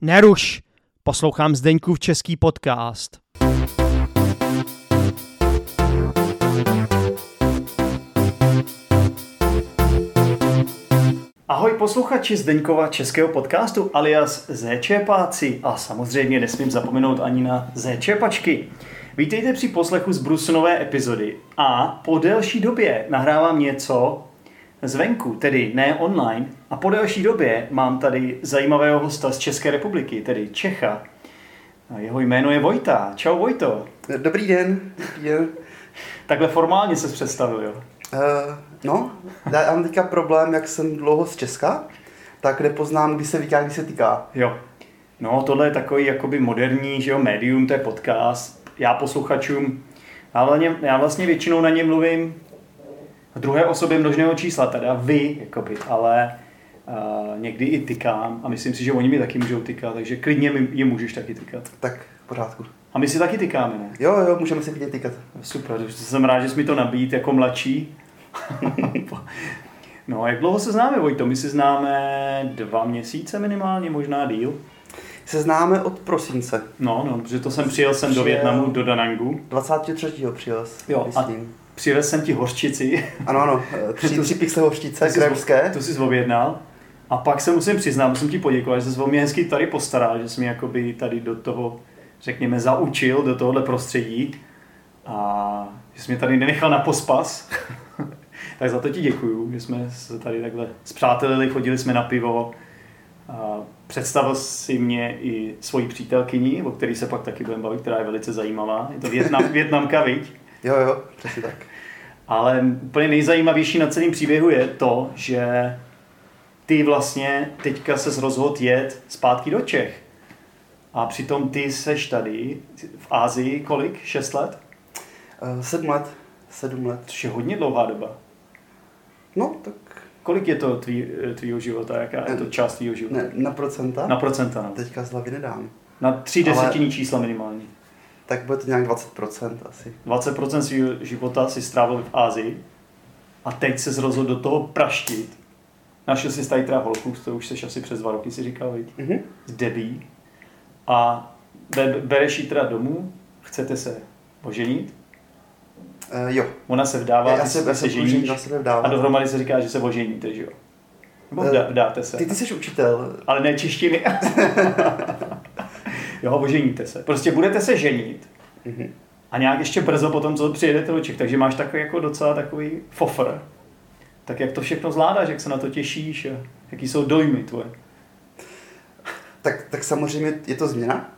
Neruš, poslouchám Zdeňkův český podcast. Ahoj posluchači Zdeňkova českého podcastu alias Zéčepáci a samozřejmě nesmím zapomenout ani na Zéčepačky. Vítejte při poslechu z Brusnové epizody a po delší době nahrávám něco zvenku, tedy ne online a po delší době mám tady zajímavého hosta z České republiky, tedy Čecha. Jeho jméno je Vojta. Čau Vojto. Dobrý den. Dobrý den. Takhle formálně se představil, jo? Uh, no, já mám teďka problém, jak jsem dlouho z Česka, tak nepoznám, kdy se vytá, kdy se týká. Jo. No, tohle je takový jakoby moderní, že jo, médium, to je podcast. Já posluchačům, já, hlavně, já vlastně většinou na ně mluvím v druhé osobě množného čísla, teda vy, jakoby, ale uh, někdy i tykám a myslím si, že oni mi taky můžou tykat, takže klidně mi, je můžeš taky tykat. Tak, v pořádku. A my si taky tykáme, ne? Jo, jo, můžeme si vidět týkat. Super, takže jsem rád, že jsi mi to nabít jako mladší. no a jak dlouho se známe, Vojto? My se známe dva měsíce minimálně, možná díl. Se známe od prosince. No, no, protože to jsem přijel sem do Přijel- Větnamu, do Danangu. 23. přijel jsi, Jo, a myslím. přivez jsem ti hořčici. Ano, ano, eh, tři, tři pixle hořčice, kremské. To jsi objednal. A pak se musím přiznat, musím ti poděkovat, že jsi o mě hezky tady postaral, že jsi mě jakoby tady do toho, řekněme, zaučil, do tohohle prostředí. A že jsi mě tady nenechal na pospas. tak za to ti děkuju, že jsme se tady takhle zpřátelili, chodili jsme na pivo. A představil si mě i svoji přítelkyni, o který se pak taky budeme bavit, která je velice zajímavá. Je to Větnam, Větnamka, viď? Jo, jo, přesně tak. Ale úplně nejzajímavější na celém příběhu je to, že ty vlastně teďka se rozhodl jet zpátky do Čech. A přitom ty seš tady v Ázii kolik? 6 let? Eh, Sedm let, sedm let. Což je hodně dlouhá doba. No, tak Kolik je to tvý, tvýho života? Jaká je to část tvýho života? ne, na procenta. Na procenta, no. Teďka z hlavy nedám. Na tři Ale- desetiny čísla minimálně. Tak bude to nějak 20% asi. 20% svého života si strávil v Ázii a teď se rozhodl do toho praštit. Našel si tady teda holku, s kterou už jsi asi přes dva roky, si říkal, viď? Mhm. s Debí a be- bereš ji teda domů, chcete se oženit, Eh, jo, ona se vdává, Já ty se- se, já se se budu ženíš ženit, já se nevdávám. a dohromady se říká, že se oženíte, že jo? Nebo Eh, vda- vdáte se, ty, ty jsi učitel. ale ne češtiny. jo, oženíte se. Prostě budete se ženit Mhm. a nějak ještě brzo potom, co přijedete do Čech, takže máš takový jako docela takový fofr. Tak jak to všechno zvládáš, jak se na to těšíš, a jaký jsou dojmy tvoje? Tak, tak samozřejmě je to změna,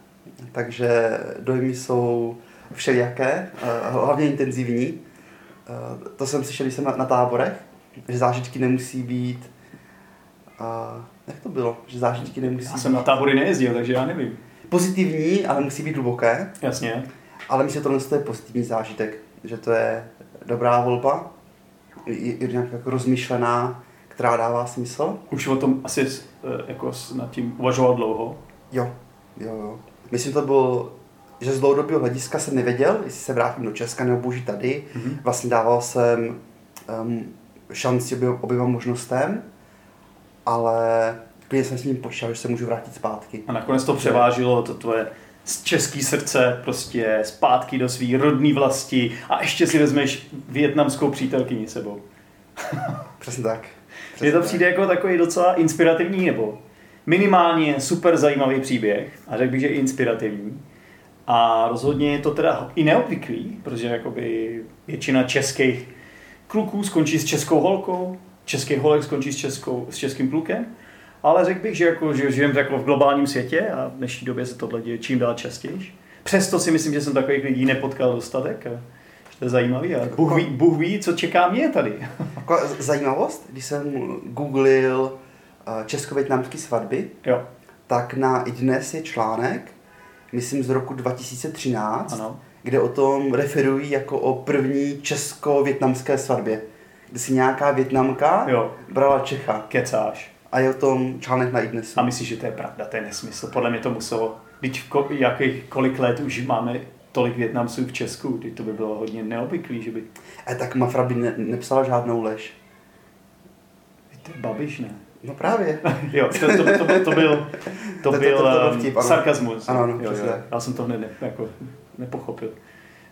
takže dojmy jsou všelijaké, eh, hlavně intenzivní. Eh, To jsem slyšel, když jsem na, na táborech, že zážitky nemusí být... eh, Jak to bylo? Že zážitky nemusí Já jsem na tábory nejezdil, takže já nevím. být pozitivní, ale musí být hluboké. Jasně. Ale myslím, že tohle je pozitivní zážitek, že to je dobrá volba, je, je nějak jako rozmyšlená, která dává smysl. Už o tom asi eh, jako s- nad tím uvažoval dlouho. Jo, jo, jo. Myslím, to bylo, že z dlouhodobého hlediska jsem nevěděl, jestli se vrátím do Česka nebo budu žít tady. Mhm. Mm-hmm. Vlastně dával jsem um, šanci obě, oběma možnostem, ale klidně jsem s ním počítal, že se můžu vrátit zpátky. A nakonec to převážilo to tvoje z český srdce prostě zpátky do svý rodné vlasti a ještě si vezmeš větnamskou přítelkyni sebou. Přesně tak. Mně to tak. přijde jako takový docela inspirativní nebo minimálně super zajímavý příběh a řekl bych, že i inspirativní. A rozhodně je to teda i neobvyklý, protože jakoby většina českých kluků skončí s českou holkou, český holek skončí s, českou, s českým klukem, ale řekl bych, že, jako, že žijeme jako v globálním světě a v dnešní době se tohle děje čím dál častěji. Přesto si myslím, že jsem takových lidí nepotkal dostatek a že to je zajímavý a Bůh ví, Bůh ví, co čeká mě tady. Taková z- zajímavost, když jsem googlil eh, česko-větnamské svatby, jo, tak na iDnes je článek, myslím z roku 2013, ano. kde o tom referují jako o první česko-větnamské svatbě. Kdy si nějaká větnamka Jo. brala Čecha. Kecáš. A je o tom článek na iDnesu. A myslíš, že to je pravda, to je nesmysl. Podle mě to muselo, teď v ko- jakých, kolik let už máme tolik Větnamců v Česku, teď to by bylo hodně neobvyklý, že by E, tak Mafra by ne- nepsala žádnou lež. to je babiš, ne? No právě. jo, to, to, to, to, to byl, to To- to- byl to- to byl ehm, vtip, ano. sarkasmus. Ano, ano, jo, přesně jo. tak. Já jsem to hned ne, jako, nepochopil.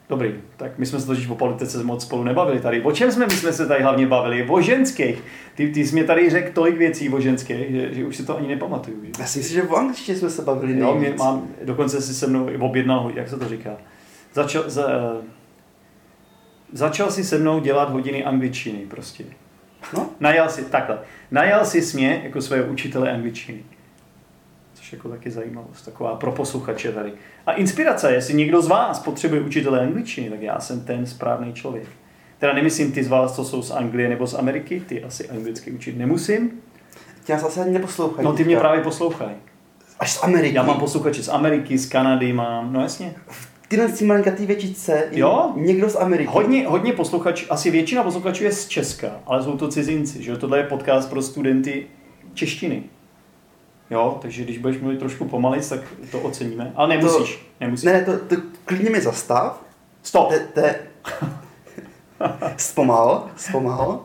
Dobrý, tak my jsme se totiž o politice moc spolu nebavili tady. O čem jsme my jsme se tady hlavně bavili? O ženských. Ty, ty jsi mě tady řekl tolik věcí o ženských, že, že už si to ani nepamatuju. Že? Já si myslím, že v angličtině jsme se bavili Jo, mě, nejvíc. mám, dokonce si se mnou objednal, ho- jak se to říká. Začal, za, eh, začal si se mnou dělat hodiny angličtiny prostě. No, Najal si, takhle, najal si mě jako svého učitele angličtiny. Což jako taky zajímavost, taková pro posluchače tady. A inspirace, jestli někdo z vás potřebuje učitele angličtiny, tak já jsem ten správný člověk. Teda nemyslím ty z vás, co jsou z Anglie nebo z Ameriky, ty asi anglicky učit nemusím. tě nás asi ani neposlouchají. No ty mě teďka. právě poslouchají. Až z Ameriky. Já mám posluchače z Ameriky, z Kanady mám, no jasně. Tyhle ty malinkatý větičce je Jo? někdo z Ameriky. Hodně, hodně posluchačů, asi většina posluchačů je z Česka, ale jsou to cizinci, že jo? Tohle je podcast pro studenty češtiny. Jo, takže když budeš mluvit trošku pomalejc, tak to oceníme. Ale nemusíš, nemusíš. Ne, ne, to, to klidně mi zastav. Stop! Te, te... Zpomal, zpomal.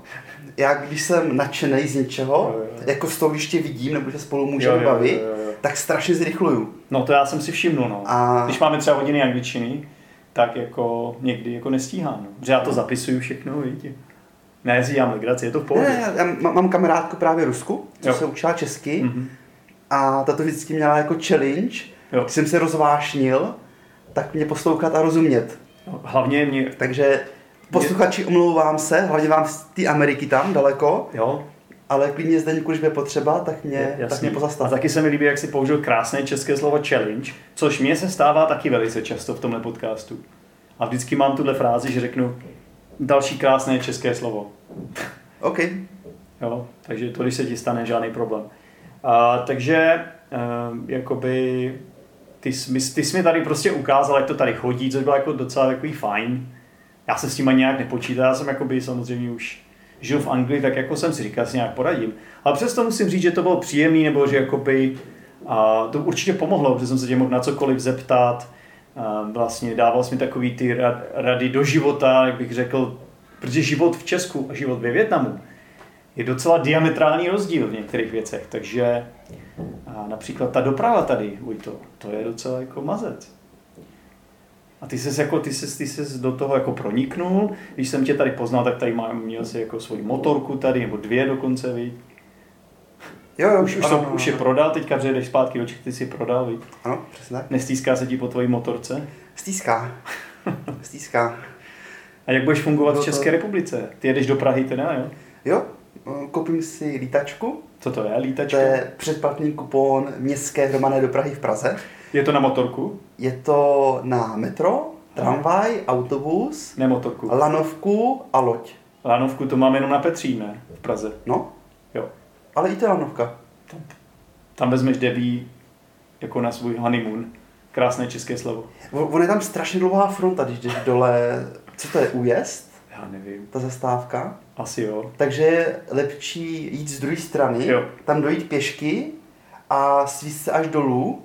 Já když jsem nadšený z něčeho, Jo, jo, jo. jako v souviště vidím, nebo že spolu Jo, můžeme jo, jo, bavit, jo, jo. tak strašně zrychluju. No to já jsem si všiml, no. A- Když máme třeba hodiny angličtiny, tak jako někdy jako nestíhám, no. Protože já to zapisuju všechno, víte. Ne, já si dělám legraci, je to v Ne, pohodě. ne, já mám, mám kamarádku právě Rusku, co Jo. se učila česky Mhm. a ta to vždycky měla jako challenge, Jo. když jsem se rozvášnil, tak mě poslouchat a rozumět. No, Hlavně mě, Takže posluchači, omlouvám se, hlavně vám z té Ameriky tam daleko, jo, ale klidně zde, když bude potřeba, tak mě, tak Jasný. mě A pozastav. taky se mi líbí, jak si použil krásné české slovo challenge, což mě se stává taky velice často v tomhle podcastu. A vždycky mám tuhle frázi, že řeknu další krásné české slovo. OK, Jo? Takže to, když se ti stane, žádný problém. A, takže ehm, jakoby ty, jsi mi- ty jsi mi tady prostě ukázal, jak to tady chodí, což bylo jako docela takový fajn. Já jsem s tím ani nějak nepočítal, já jsem jakoby samozřejmě už žil v Anglii, tak jako jsem si říkal, si nějak poradím. Ale přesto musím říct, že to bylo příjemný, nebo že jakoby, a to určitě pomohlo, protože jsem se tě mohl na cokoliv zeptat. A vlastně dával jsi mi takový ty ra- rady do života, jak bych řekl, protože život v Česku a život ve Větnamu je docela diametrální rozdíl v některých věcech, takže a například ta doprava tady, Vojto, to je docela jako mazec. A ty ses, jako, ty, ses, ty ses do toho jako proniknul, když jsem tě tady poznal, tak tady má, měl jsi jako svoji motorku tady, nebo dvě dokonce, víš. jo, no. jo, Už, už, jsem, už je prodal, teďka přijedeš zpátky do Čech, ty si prodal, víš. Ano, přesně tak. Nestýská se ti po tvojí motorce? Stýská. Stýská. A jak budeš fungovat No v to- České republice? Ty jedeš do Prahy teda, jo? Jo, no, koupím si lítačku. Co to je, To lítačka? je předplatný kupon městské hromadné dopravy v Praze. Je to na motorku? Je to na metro, tramvaj, autobus, Ne motorku. lanovku a loď. Lanovku to máme jenom na Petřín, ne? V Praze. No, Jo. ale i to je lanovka. Tam vezmeš debí jako na svůj honeymoon. Krásné české slovo. O- Ono je tam strašně dlouhá fronta, když jdeš dole, co to je, újezd, Já nevím. ta zastávka. Asi jo. Takže je lepší jít z druhé strany, Jo. tam dojít pěšky a svíst se až dolů,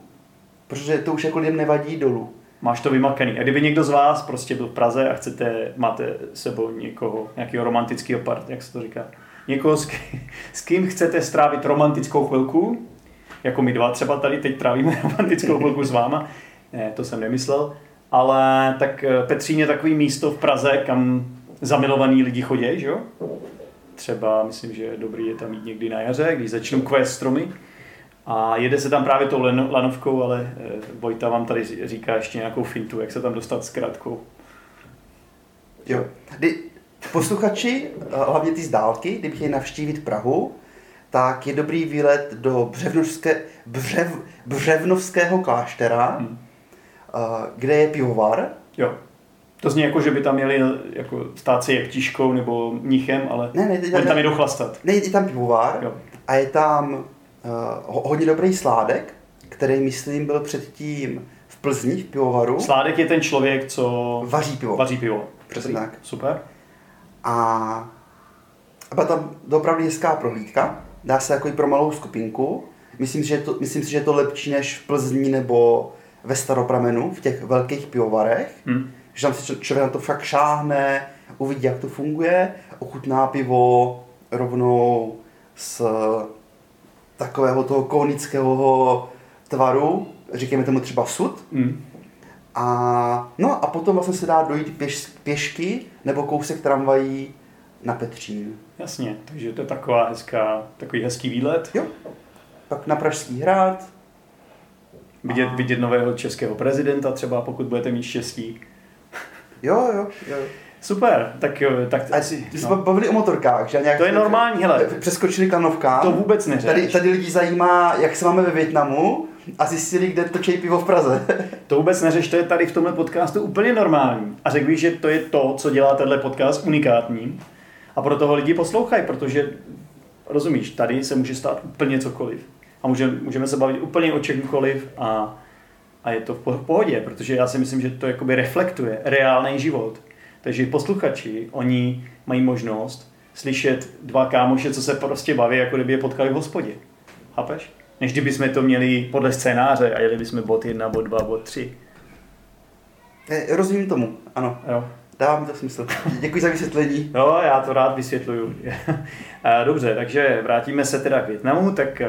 protože to už jako lidem nevadí dolů. Máš to vymakaný. A kdyby někdo z vás prostě byl v Praze a chcete, máte s sebou někoho, nějakého romantického part, jak se to říká, někoho, s, ký- s kým chcete strávit romantickou chvilku, jako my dva třeba tady teď trávíme romantickou chvilku s váma, ne, to jsem nemyslel, ale tak eh, Petřín je takový místo v Praze, kam zamilovaní lidi chodí, že jo? Třeba myslím, že je dobrý je tam jít někdy na jaře, když začnou kvést stromy. A jede se tam právě tou leno- lanovkou, ale eh, Vojta vám tady ří- říká ještě nějakou fintu, jak se tam dostat s krátkou. Jo. Kdy posluchači, eh, hlavně ty z dálky, kdyby chtěli navštívit Prahu, tak je dobrý výlet do Břevnovské, Břev, Břevnovského kláštera, Hmm. eh, kde je pivovar. Jo. To zní jako, že by tam měli jako, stát se jeptiškou nebo mnichem, ale Ne, ne, teď- oni tam jdou chlastat. Ne, je tam pivovar Jo. a je tam uh, hodně dobrý sládek, který, myslím, byl předtím v Plzni, v pivovaru. Sládek je ten člověk, co Vaří pivo. vaří pivo. Přesně Dobrý. tak. Super. A a byla tam opravdu hezká prohlídka. Dá se jako i pro malou skupinku. Myslím, že je to, myslím si, že je to lepší než v Plzni nebo ve Staropramenu, v těch velkých pivovarech. Hm. Že tam si č- člověk na to fakt šáhne, uvidí, jak to funguje, ochutná pivo rovnou s takového toho konického tvaru, říkáme tomu třeba sud. Mm. A, no a potom vlastně se dá dojít pěš, pěšky nebo kousek tramvají na Petřín. Jasně, takže to je taková hezká, takový hezký výlet. Jo. Pak na Pražský hrad. Vidět, vidět nového českého prezidenta třeba, pokud budete mít štěstí. Jo, jo, jo. Super, tak, jo, tak A ty ty jsme no. bavili o motorkách, že? A Nějak To je normální, hele. Přeskočili kanovka. To vůbec neřeš. Tady, tady lidi zajímá, jak se máme ve Větnamu a zjistili, kde točí pivo v Praze. To vůbec neřeš, to je tady v tomhle podcastu úplně normální. A řekl bych, že to je to, co dělá tenhle podcast unikátním. A proto ho lidi poslouchají, protože, rozumíš, tady se může stát úplně cokoliv. A může, můžeme se bavit úplně o čemkoliv a, a je to v po- v pohodě, protože já si myslím, že to jakoby reflektuje reálný život. Takže posluchači, oni mají možnost slyšet dva kámoše, co se prostě baví, jako kdyby je potkali v hospodě. Chápeš? Než kdyby jsme to měli podle scénáře a jeli bychom bod 1, bod 2, bod 3. Eh, Rozumím tomu, ano. Jo. Dává mi to smysl. Děkuji za vysvětlení. Jo, já to rád vysvětluju. Eh, Dobře, takže vrátíme se teda k Větnamu, tak eh,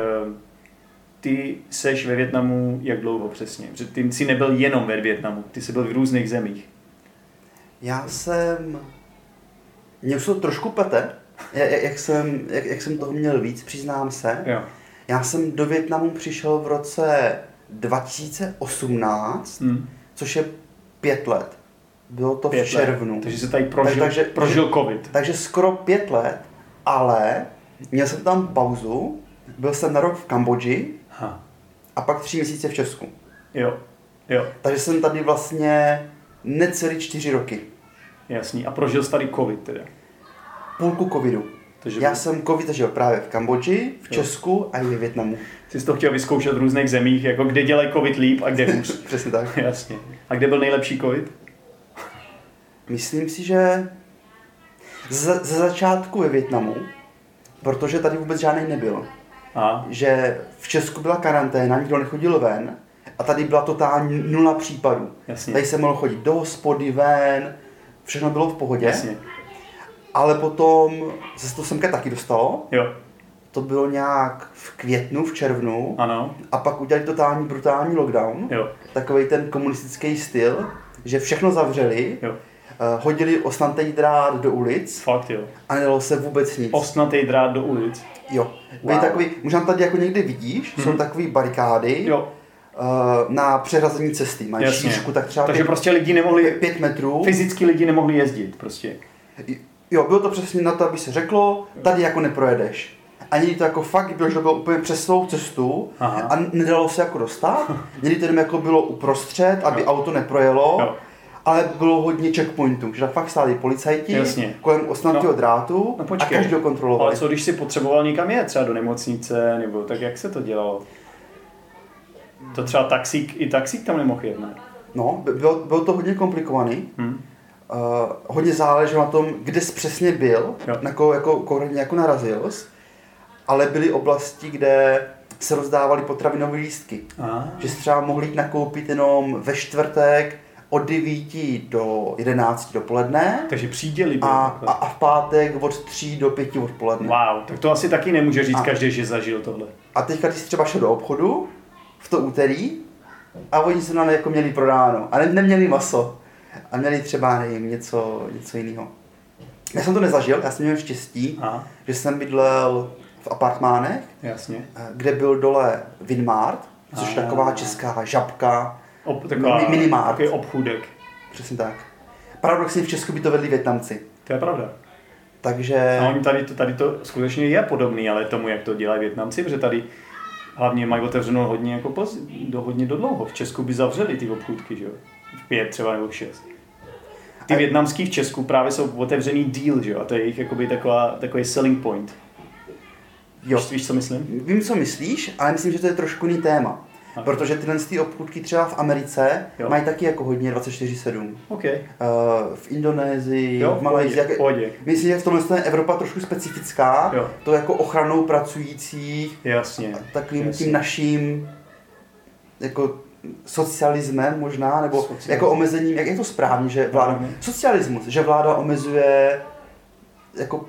ty seš ve Větnamu jak dlouho přesně? Protože ty jsi nebyl jenom ve Větnamu, ty jsi byl v různých zemích. Já jsem... Mě už to trošku pete, ja- ja- jak jsem, jak, jak jsem toho měl víc, přiznám se. Jo. Já jsem do Větnamu přišel v roce 2018, Hm. což je pět let. Bylo to Pět v let. červnu. Takže se tady prožil, Takže- takže, takže- prožil covid. Takže skoro pět let, ale měl jsem tam pauzu, byl jsem na rok v Kambodži Ha. a pak tři měsíce v Česku. Jo, jo, Takže jsem tady vlastně necelý čtyři roky. jasný. A prožil jsi tady covid teda. Půlku covidu. Takže Já byl- jsem covid zažil právě v Kambodži, v Česku a i ve Větnamu. Jsi to chtěl vyzkoušet v různých zemích, jako kde dělají covid líp a kde hůř. Přesně tak. Jasně. A kde byl nejlepší covid? Myslím si, že ze ze začátku ve Větnamu, protože tady vůbec žádný nebyl, A že v Česku byla karanténa, nikdo nechodil ven a tady byla totální nula případů. Jasně. Tady se mohlo chodit do hospody, ven, všechno bylo v pohodě, jasně. ale potom se to semka taky dostalo, Jo, to bylo nějak v květnu, v červnu ano, a pak udělali totální brutální lockdown, jo, takový ten komunistický styl, že všechno zavřeli, jo. eh, hodili osnatý drát do ulic Fakt jo. a nedalo se vůbec nic. Osnatý drát do ulic. Jo. Byly Wow. Mhm. takový, možná tady jako někdy vidíš, jsou takové barikády Jo, eh, na přeřazení cesty. Mají jasně. šířku tak třeba Takže pět, prostě lidi nemohli, pět metrů. fyzicky lidi nemohli jezdit prostě. Jo, bylo to přesně na to, aby se řeklo, tady jako neprojedeš. A někdy to jako fakt bylo, že to bylo úplně přes svou cestu Aha. a nedalo se jako dostat. Někdy to jenom jako bylo uprostřed, aby auto neprojelo. Jo. Ale bylo hodně checkpointů, že tam fakt stáli policajti Jasně. kolem osnatého No. drátu No a počkej. každého kontrolovali. Ale co když si potřeboval někam jet, třeba do nemocnice, nebo tak jak se to dělalo? To třeba taxík, i taxík tam nemohl jet, ne? No, by- bylo, bylo to hodně komplikovaný. Hm? Uh, hodně záleželo na tom, kde jsi přesně byl, Jo. na koho jako, konkrétně jako narazil jsi, ale byly oblasti, kde se rozdávaly potravinové lístky. A, Že jsi třeba mohl jít nakoupit jenom ve čtvrtek od 9 do 11 dopoledne takže příděli byli a, takhle. a, a v pátek od 3 do 5 odpoledne. Wow, tak to asi taky nemůže říct A- každý, že zažil tohle. A teďka ty jsi třeba šel do obchodu v to úterý a oni se nám jako měli prodáno a ne, neměli maso a měli třeba nevím, něco, něco jiného. Já jsem to nezažil, já jsem měl štěstí, A, že jsem bydlel v apartmánech, jasně. eh, kde byl dole Winmart, což je A. taková česká žabka, Ob, taková, Mi- minimart. Takový obchůdek. přesně tak. Paradoxně v Česku by to vedli Větnamci, To je pravda. takže A oni tady to, tady to skutečně je podobný, ale tomu, jak to dělají Větnamci, protože tady hlavně mají otevřeno hodně jako poz, do, hodně do dlouho. V Česku by zavřeli ty obchůdky, že jo? V pět třeba nebo v šest. Ty A- větnamský v Česku právě jsou otevřený deal, že jo? A to je jejich jakoby taková, takový selling point. jo. Víš, víš, co myslím? Vím, co myslíš, ale myslím, že to je trošku jiný téma. Aha. Protože tyhle ty obchůdky třeba v Americe Jo. mají taky jako hodně 24-7. OK. Eh, v Indonésii, Jo, v Malajzii. pohodě, jak- pohodě. Myslím, že v tomhle je Evropa trošku specifická, Jo. to jako ochranou pracujících, Jasně. a takovým jasně. tím naším jako socialismem možná, nebo Socialism. jako omezením, jak je to správně, že vláda, Mhm. socialismus, že vláda omezuje jako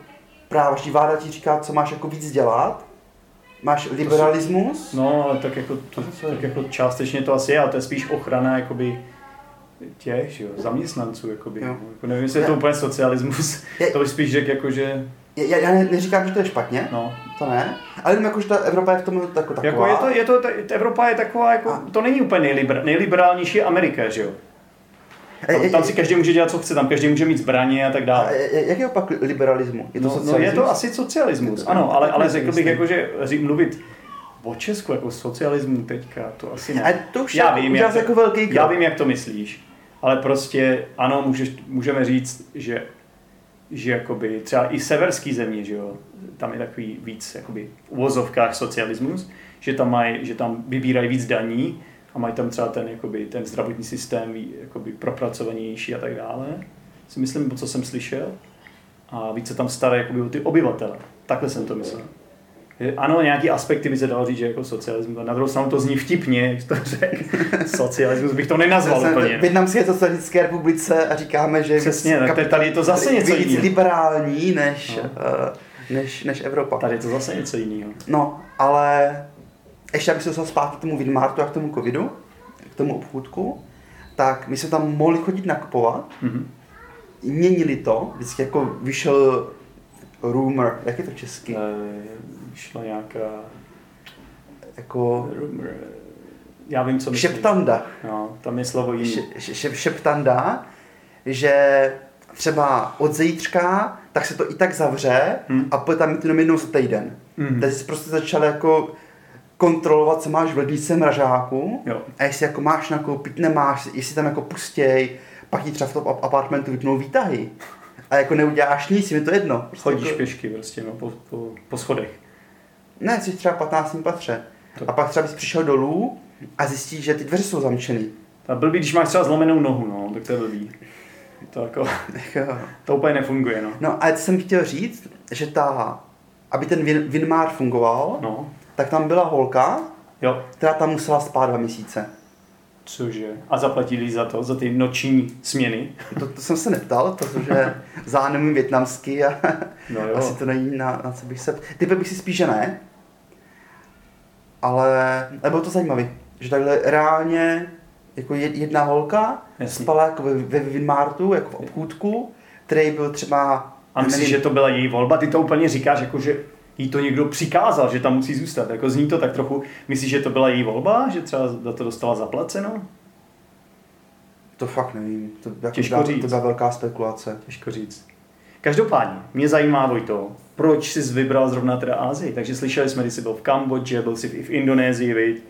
práva, že vláda ti říká, co máš jako víc dělat Máš liberalismus? No, ale tak jako, to, tak jako částečně to asi je, ale to je spíš ochrana jakoby těch, že jo, zaměstnanců, jakoby. Jo. Jako nevím, jestli je to Ne. úplně socialismus, Je- to bych spíš řekl jako, že, Já, já ne- neříkám, že to je špatně, no. to ne, ale jenom jako, že ta Evropa je v tom jako taková. Jako je to, je to, ta- Evropa je taková, jako, A- to není úplně nejliber, nejliberálnější je Amerika, že jo. je, Tam, tam si každý může dělat, co chce, tam každý může mít zbraně a tak dále. Jak je opak liberalismu? Je to no, no, socialismus? je to asi socialismus, Je to- ano, ale, to ale taky řekl bych, myslím. jako, že ří- mluvit o Česku jako socialismu teďka, to asi ne. A to už já je vím, už jak, zase jako velký krok. já vím, jak to myslíš, ale prostě ano, můžeš, můžeme říct, že, že jakoby třeba i severský země, že jo, tam je takový víc jakoby v uvozovkách socialismus, že tam, maj, že tam vybírají víc daní a mají tam třeba ten, jakoby, ten zdravotní systém ví- jakoby propracovanější a tak dále. Si myslím, po co jsem slyšel. A víc se tam stará jakoby o ty obyvatele. Takhle jsem to myslel. Že Ano, nějaký aspekty by se dalo říct, že jako socialismus. Na druhou stranu to zní vtipně, jak jsi to řekl. Socialismus bych to nenazval Zase úplně. v Větnamské socialistické republice a říkáme, že je víc Přesně, tak kapit- tady je to zase něco víc jiného. liberální než, No. eh, než, než Evropa. Tady je to zase něco jiného. No, ale ještě abych se dostal zpátky k tomu Winmartu a k tomu covidu, k tomu obchůdku, tak my jsme tam mohli chodit nakupovat, Mhm. měnili to, vždycky jako vyšel rumor, jak je to česky, Eh, Šla nějaká... jako rumor, eh, Já vím, co myslíš. šeptanda, No, tam je slovo jiný. Š- š- š- šeptanda, že třeba od zítřka, tak se to i tak zavře Hmm. hmm. a bude tam mít jenom jednou za týden. Mhm. Hmm. Takže jsi prostě začal jako kontrolovat, co máš v lednici mražáku Jo. a jestli jako máš nakoupit, nemáš, jestli tam jako pustěj, pak ti třeba v tom ap- apartmentu vypnou výtahy. A jako neuděláš nic, je mi to jedno. Prostě Chodíš jako, pěšky prostě no, po, po, po schodech. Ne, jsi třeba v 15. patře. To- A pak třeba bys přišel dolů a zjistíš, že ty dveře jsou zamčený. A blbý, když máš třeba zlomenou nohu, no, tak to je blbý. To, jako, Jako- to úplně nefunguje, no. No a co jsem chtěl říct, že ta, aby ten Win- Winmar fungoval, No, tak tam byla holka, jo. která tam musela spát dva měsíce. Cože? A zaplatili za to, za ty noční směny? To, to jsem se neptal, protože za nemůžu větnamsky a No jo. asi to není na, na co bych se... Typy bych si spíš, že ne. Ale, ale bylo to zajímavé, že takhle reálně jako jed- jedna holka Jasně. spala jako ve, ve Winmartu, jako v obchůdku, který byl třeba... A myslíš, nevím, že to byla její volba? Ty to úplně říkáš, jako že jí to někdo přikázal, že tam musí zůstat. Jako zní to tak trochu. Myslíš, že to byla její volba? Že třeba za to dostala zaplaceno? To fakt nevím, to, jako Těžko byla, říct. to byla velká spekulace. Těžko říct. Každopádně, mě zajímá Vojto, proč jsi vybral zrovna teda Ázii? Takže slyšeli jsme, když jsi byl v Kambodži, byl jsi i v Indonésii, viď?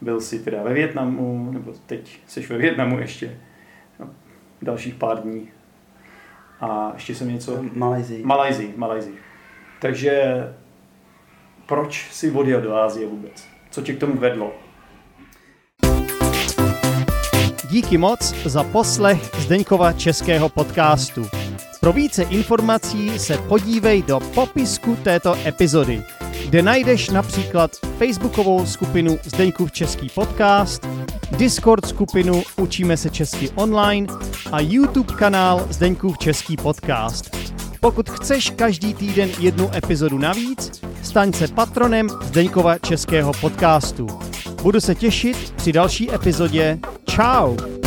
byl jsi teda ve Větnamu, nebo teď jsi ve Větnamu ještě, no, dalších pár dní. A ještě jsem něco... Malajzii. Malajzii, Malajzii. Takže proč si odjel do Ázie vůbec? Co tě k tomu vedlo? Díky moc za poslech Zdeňkova českého podcastu. Pro více informací se podívej do popisku této epizody, kde najdeš například facebookovou skupinu Zdeňkův český podcast, Discord skupinu Učíme se česky online a YouTube kanál Zdeňkův český podcast. Pokud chceš každý týden jednu epizodu navíc, staň se patronem Zdeňkova českého podcastu. Budu se těšit při další epizodě. Ciao!